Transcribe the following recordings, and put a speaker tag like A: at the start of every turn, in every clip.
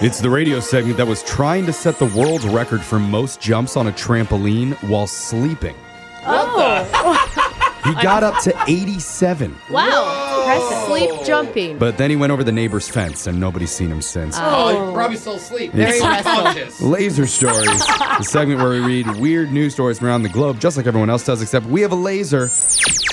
A: It's the radio segment that was trying to set the world record for most jumps on a trampoline while sleeping. He got up to 87,
B: Wow. Sleep jumping.
A: but then he went over the neighbor's fence and nobody's seen him since.
C: Oh, you probably still asleep.
B: Uh, Very
C: conscious.
A: Laser Stories, the segment where we read weird news stories from around the globe, just like everyone else does, except we have a laser.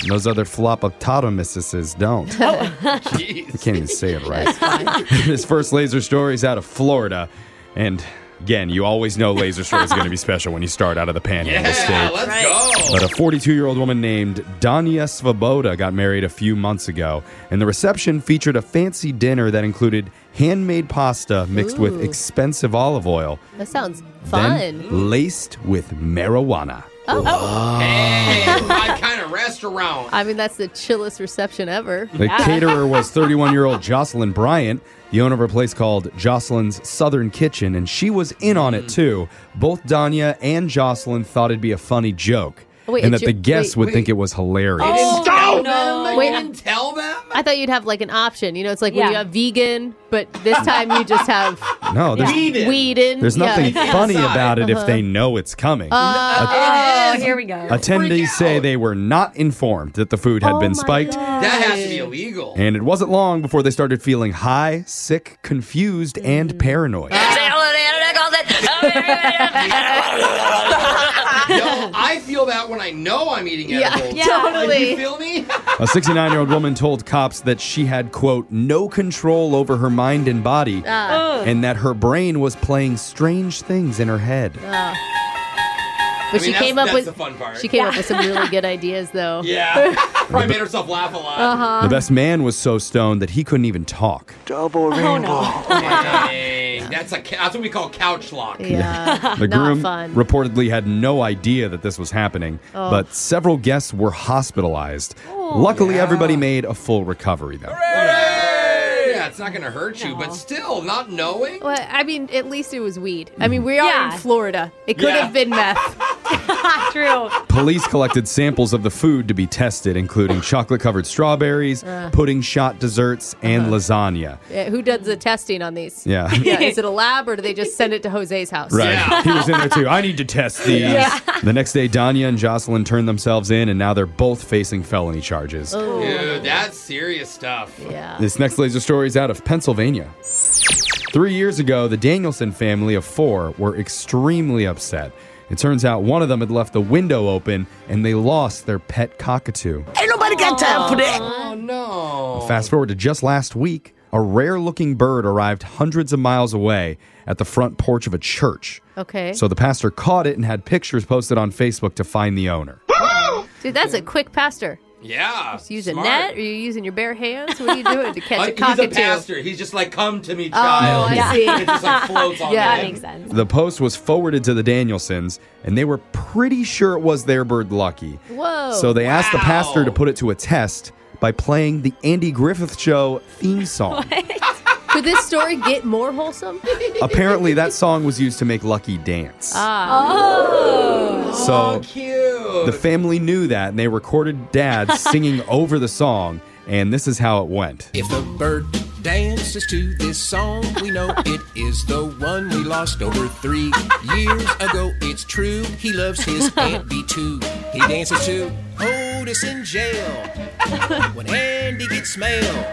A: And those other flopotatomuses don't. I
C: Jeez.
A: can't even say it right. this first Laser Story is out of Florida. And again, you always know Laser Story is going to be special when you start out of the panhandle
C: Yeah, Oh.
A: state.
C: let's
D: Right.
C: go.
A: But a 42 year old woman named Dania Svoboda got married a few months ago, and the reception featured a fancy dinner that included handmade pasta mixed with
B: Ooh.
A: expensive olive oil,
B: That sounds
A: then
B: fun.
A: laced with marijuana.
C: Hey, what kind of restaurant?
B: I mean, that's the chillest reception ever.
A: The caterer was 31 year old Jocelyn Bryant, the owner of a place called Jocelyn's Southern Kitchen, and she was in on
B: Mm.
A: it too. Both Danya and Jocelyn thought it'd be a funny joke,
B: Wait,
A: and
B: a
A: that
B: jo-
A: the guests
B: wait, Oh.
A: would
C: wait.
A: think it was hilarious.
C: They didn't tell
D: no.
C: them.
B: Wait.
C: They didn't tell them.
B: I thought you'd have like an option. You know, it's like when
D: Yeah.
B: you have vegan, but this time you just have
A: No, there's,
C: Weeded.
B: weed in.
A: there's
B: Yeah. Uh-huh. Uh,
A: nothing funny
C: Inside.
A: about it if they know it's coming.
D: Oh, here we go.
A: Attendees
C: freak
A: say
C: out.
A: they were not informed that the food had
B: Oh
A: been
B: my
A: spiked.
B: God.
C: That has to be illegal.
A: And it wasn't long before they started feeling high, sick, confused,
B: Mm.
A: and paranoid.
D: oh,
C: Yo, I feel that when I know I'm eating
B: Yeah,
C: edibles. You
B: totally.
C: feel me?
A: A 69 year old woman told cops that she had, quote, no control over her mind and body,
B: Ah. Oh.
A: and that her brain was playing strange things in her head.
B: But
C: I
B: she
C: mean,
B: came
C: that's-
B: up with
C: that's the fun part.
B: she came up with some really good ideas though.
C: yeah. Probably made herself laugh a lot.
B: Ah.
C: Uh-huh.
A: the best man was so stoned that he couldn't even talk.
C: that's a ca- that's what we call couch lock.
B: Yeah.
A: The
B: Ah, Not
A: groom
B: fun. Oh.
A: reportedly had no idea that this was happening, but several guests were hospitalized. Luckily, everybody made a full recovery, though.
C: Yeah, it's not gonna hurt you, but still, not knowing.
B: Well, I mean, at least it was weed. I mean, we are
D: Yeah.
B: in Florida. It could
C: Mm-hmm. Yeah.
B: have been meth.
D: True.
A: Police collected samples of the food to be tested, including chocolate covered strawberries,
B: Ah.
A: pudding shot desserts, and lasagna.
B: Uh, Who does the testing on these?
A: Yeah.
B: Yeah, Is it a lab or do they just send it to Jose's house?
A: Right.
C: Yeah.
A: He was in there too. I need to test these. The next day, Danya and Jocelyn turned themselves in, and now they're both facing felony charges.
B: Oh.
C: Dude, that's serious stuff.
B: Yeah.
A: This next laser story is out of Pennsylvania. Three years ago, the Danielson family of four were extremely upset. It turns out one of them had left the window open and they lost their pet cockatoo.
C: Oh no.
A: Fast forward to just last week, a rare looking bird arrived hundreds of miles away at the front porch of a church.
B: Okay.
A: So the pastor caught it and had pictures posted on Facebook to find the owner.
B: Dude, that's a quick pastor.
C: Yeah. Just
B: Use a net? Are you using your bare hands? What are you doing to catch a
C: he's a
B: cockatoo?
C: pastor. He's just like, come to me,
B: Oh,
C: child.
B: I
D: Yeah.
B: see.
C: It just like floats on
B: Yeah.
C: yeah.
D: That makes sense.
A: The post was forwarded to the Danielsons, and they were pretty sure it was their bird Lucky.
B: Whoa.
A: So they asked the
C: Wow.
A: pastor to put it to a test by playing the Andy Griffith Show theme song.
B: Could this story get more wholesome?
A: Apparently, that song was used to make Lucky dance. Oh.
B: Ah.
A: so
C: Cute.
A: the family knew that, and they recorded Dad singing over the song, and this is how it went.
E: If the bird dances to this song, we know it is the one we lost over three years ago. It's true, he loves his Aunt B too. He dances to Hold Us in Jail. When Andy gets mail.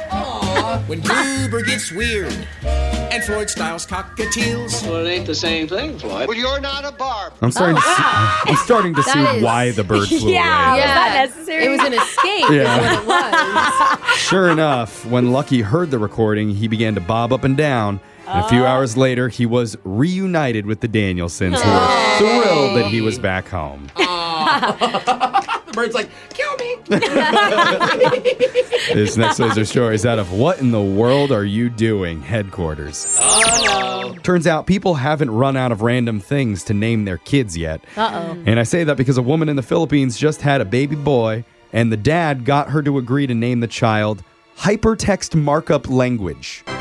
E: When Goober gets weird. And Floyd Styles cockatiels.
F: Well, it ain't the same thing, Floyd. Well, you're not a barb.
A: I'm starting to see, I'm starting to see
B: Oh, That is-
A: why the bird flew
D: Yeah.
A: away.
D: Was that necessary?
B: It was an escape.
A: Yeah.
B: Is what it was.
A: Sure enough, when Lucky heard the recording, he began to bob up and down. And a few hours later, he was reunited with the Danielsons, who were thrilled that he was back home.
C: The bird's like, kill me.
A: This next laser story is out of What in the World Are You Doing headquarters. Turns out people haven't run out of random things to name their kids yet.
B: Uh oh.
A: And I say that because a woman in the Philippines just had a baby boy, and the dad got her to agree to name the child Hypertext Markup Language,
D: No.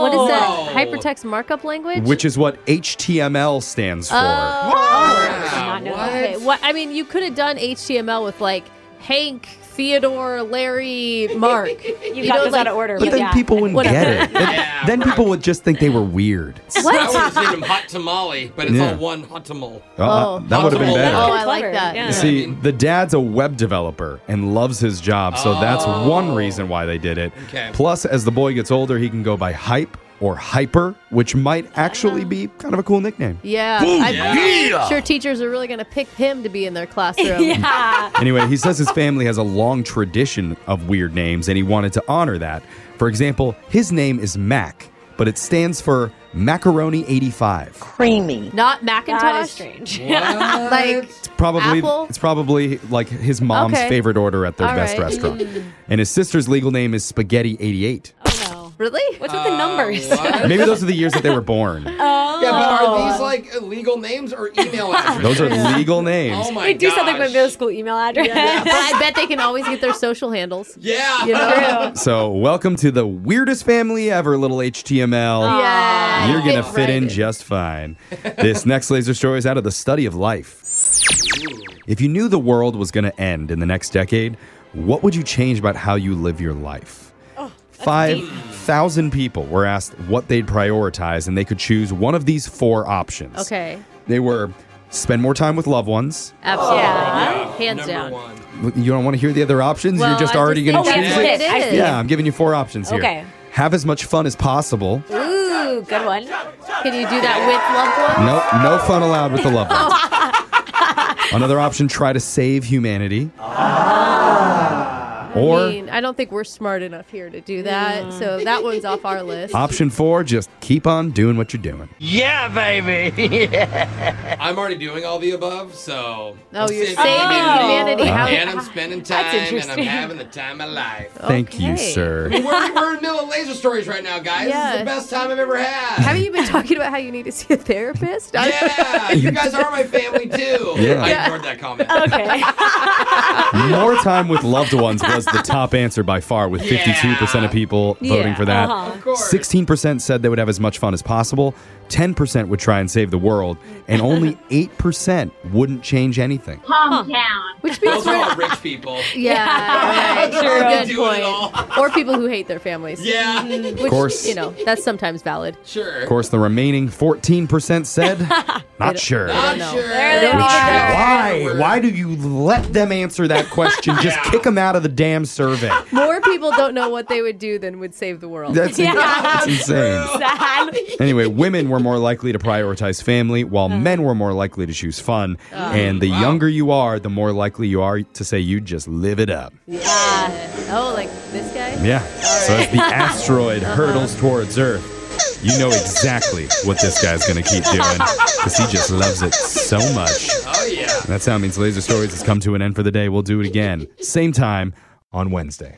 B: What is that?
C: Whoa.
B: Hypertext markup language?
A: which is what HTML stands for.
B: Oh.
C: Wow,
D: not know
C: what?
B: Okay, What? I mean, you could have done HTML with like Hank, Theodore, Larry, Mark. you,
D: got this out of order.
B: you-
D: But
A: But then
D: Yeah.
A: people wouldn't
B: Whatever.
A: get it. Then,
C: Yeah,
A: then people would just think they were weird.
C: I would have named him Hot Tamale, but it's
A: Yeah.
C: all one Hot Tamal.
A: Uh, that would have been
C: Oh,
A: better.
B: Oh,
D: Kinda
B: I like
D: clever,
B: that.
D: yeah.
A: You see, the dad's a web developer and loves his job, so that's one reason why they did it.
C: Okay.
A: Plus, as the boy gets older, he can go by Hype or Hyper, which might actually be kind of a cool nickname.
B: Yeah. I'm sure teachers are really going to pick him to be in their classroom.
D: yeah.
A: Anyway, he says his family has a long tradition of weird names and he wanted to honor that. For example, his name is Mac, but it stands for Macaroni 85.
G: creamy.
B: Not
D: That is
B: Macintosh.
D: strange.
C: What?
B: Like,
A: It's probably
B: Apple?
A: it's probably like his mom's
B: Okay.
A: favorite order at their
B: All
A: best
B: right.
A: restaurant. And his sister's legal name is Spaghetti 88.
D: Oh, no.
B: really?
D: What's with the numbers?
C: Uh, what?
A: Maybe those are the years that they were born.
B: Oh,
C: Yeah, but are these like illegal names or email addresses?
A: Those are legal names.
C: Oh my
D: They do something
C: gosh.
D: with middle school email address.
B: I bet they can always get their social handles.
C: Yeah.
B: You know?
D: True.
A: So, welcome to the weirdest family ever, little HTML.
B: Yeah.
A: You're going to fit
B: right
A: in just fine. This next laser story is out of the study of life. If you knew the world was going to end in the next decade, what would you change about how you live your life?
B: Oh,
A: 5,000 people were asked what they'd prioritize, and they could choose one of these four options.
B: Okay.
A: They were spend more time with loved ones.
B: Absolutely.
C: Yeah,
B: Hands
C: number
B: down.
C: One.
A: You don't want to hear the other options?
B: Well,
A: You're just
B: I
A: already
B: just
A: going to
B: think
A: choose
B: that's
A: it?
B: what
D: it. I see.
A: Yeah, I'm giving you four options here.
D: Okay.
A: Have as much fun as possible. Nope,
D: Ooh, good one.
B: Can you do that with loved ones?
A: no fun allowed with the loved ones. Another option, try to save humanity.
B: I
A: Or
B: mean, I don't think we're smart enough here to do that.
C: Mm.
B: So that one's off our list.
A: option four, just keep on doing what you're doing.
C: I'm already doing all the above, so.
B: Oh, you're saving
D: Oh.
B: humanity. How-
C: And I'm spending time, and I'm
D: interesting.
C: having the time of life.
A: Thank you,
B: Okay.
A: sir.
C: We're, we're in the middle of laser stories right now, guys. This is
B: Yeah.
C: the best time I've ever had.
B: haven't you been talking about how you need to see a therapist? I-
C: yeah, you guys are my family too.
A: Yeah.
C: I ignored that comment.
D: Okay.
A: More time with loved ones was the top answer by far, with 52% of
C: Yeah.
A: people voting
B: Yeah,
A: for that.
D: uh-huh.
C: Of course.
A: 16% said they would have as much fun as possible, 10% would try and save the world, and only 8% wouldn't change anything.
B: Which means
C: Those
B: we're
C: are all rich people.
B: yeah,
C: They're
B: right.
C: already
B: Good
C: doing it
B: point. Or people who hate their families.
C: Yeah,
B: Which,
A: course.
B: you know, that's sometimes valid.
C: sure.
A: Of course, the remaining 14% said, not sure.
C: Not
B: No.
C: sure.
D: There they
C: Don't
D: are.
C: check
A: Why?
C: afterwards.
A: Why do you let them answer that question? Just
C: Yeah.
A: kick them out of the damn survey.
B: More people don't know what they would do than would save the world.
A: That's, in- that's insane.
D: Sad.
A: Anyway, women were more likely to prioritize family, while men were more likely to choose fun. and the younger you are, the more likely you are to say you just live it up.
B: oh, like this guy?
A: Yeah. So as the asteroid hurtles towards Earth, you know exactly what this guy's going to keep doing because he just loves it so much.
C: Oh, yeah.
A: And that sound means Laser Stories has come to an end for the day. We'll do it again, same time on Wednesday.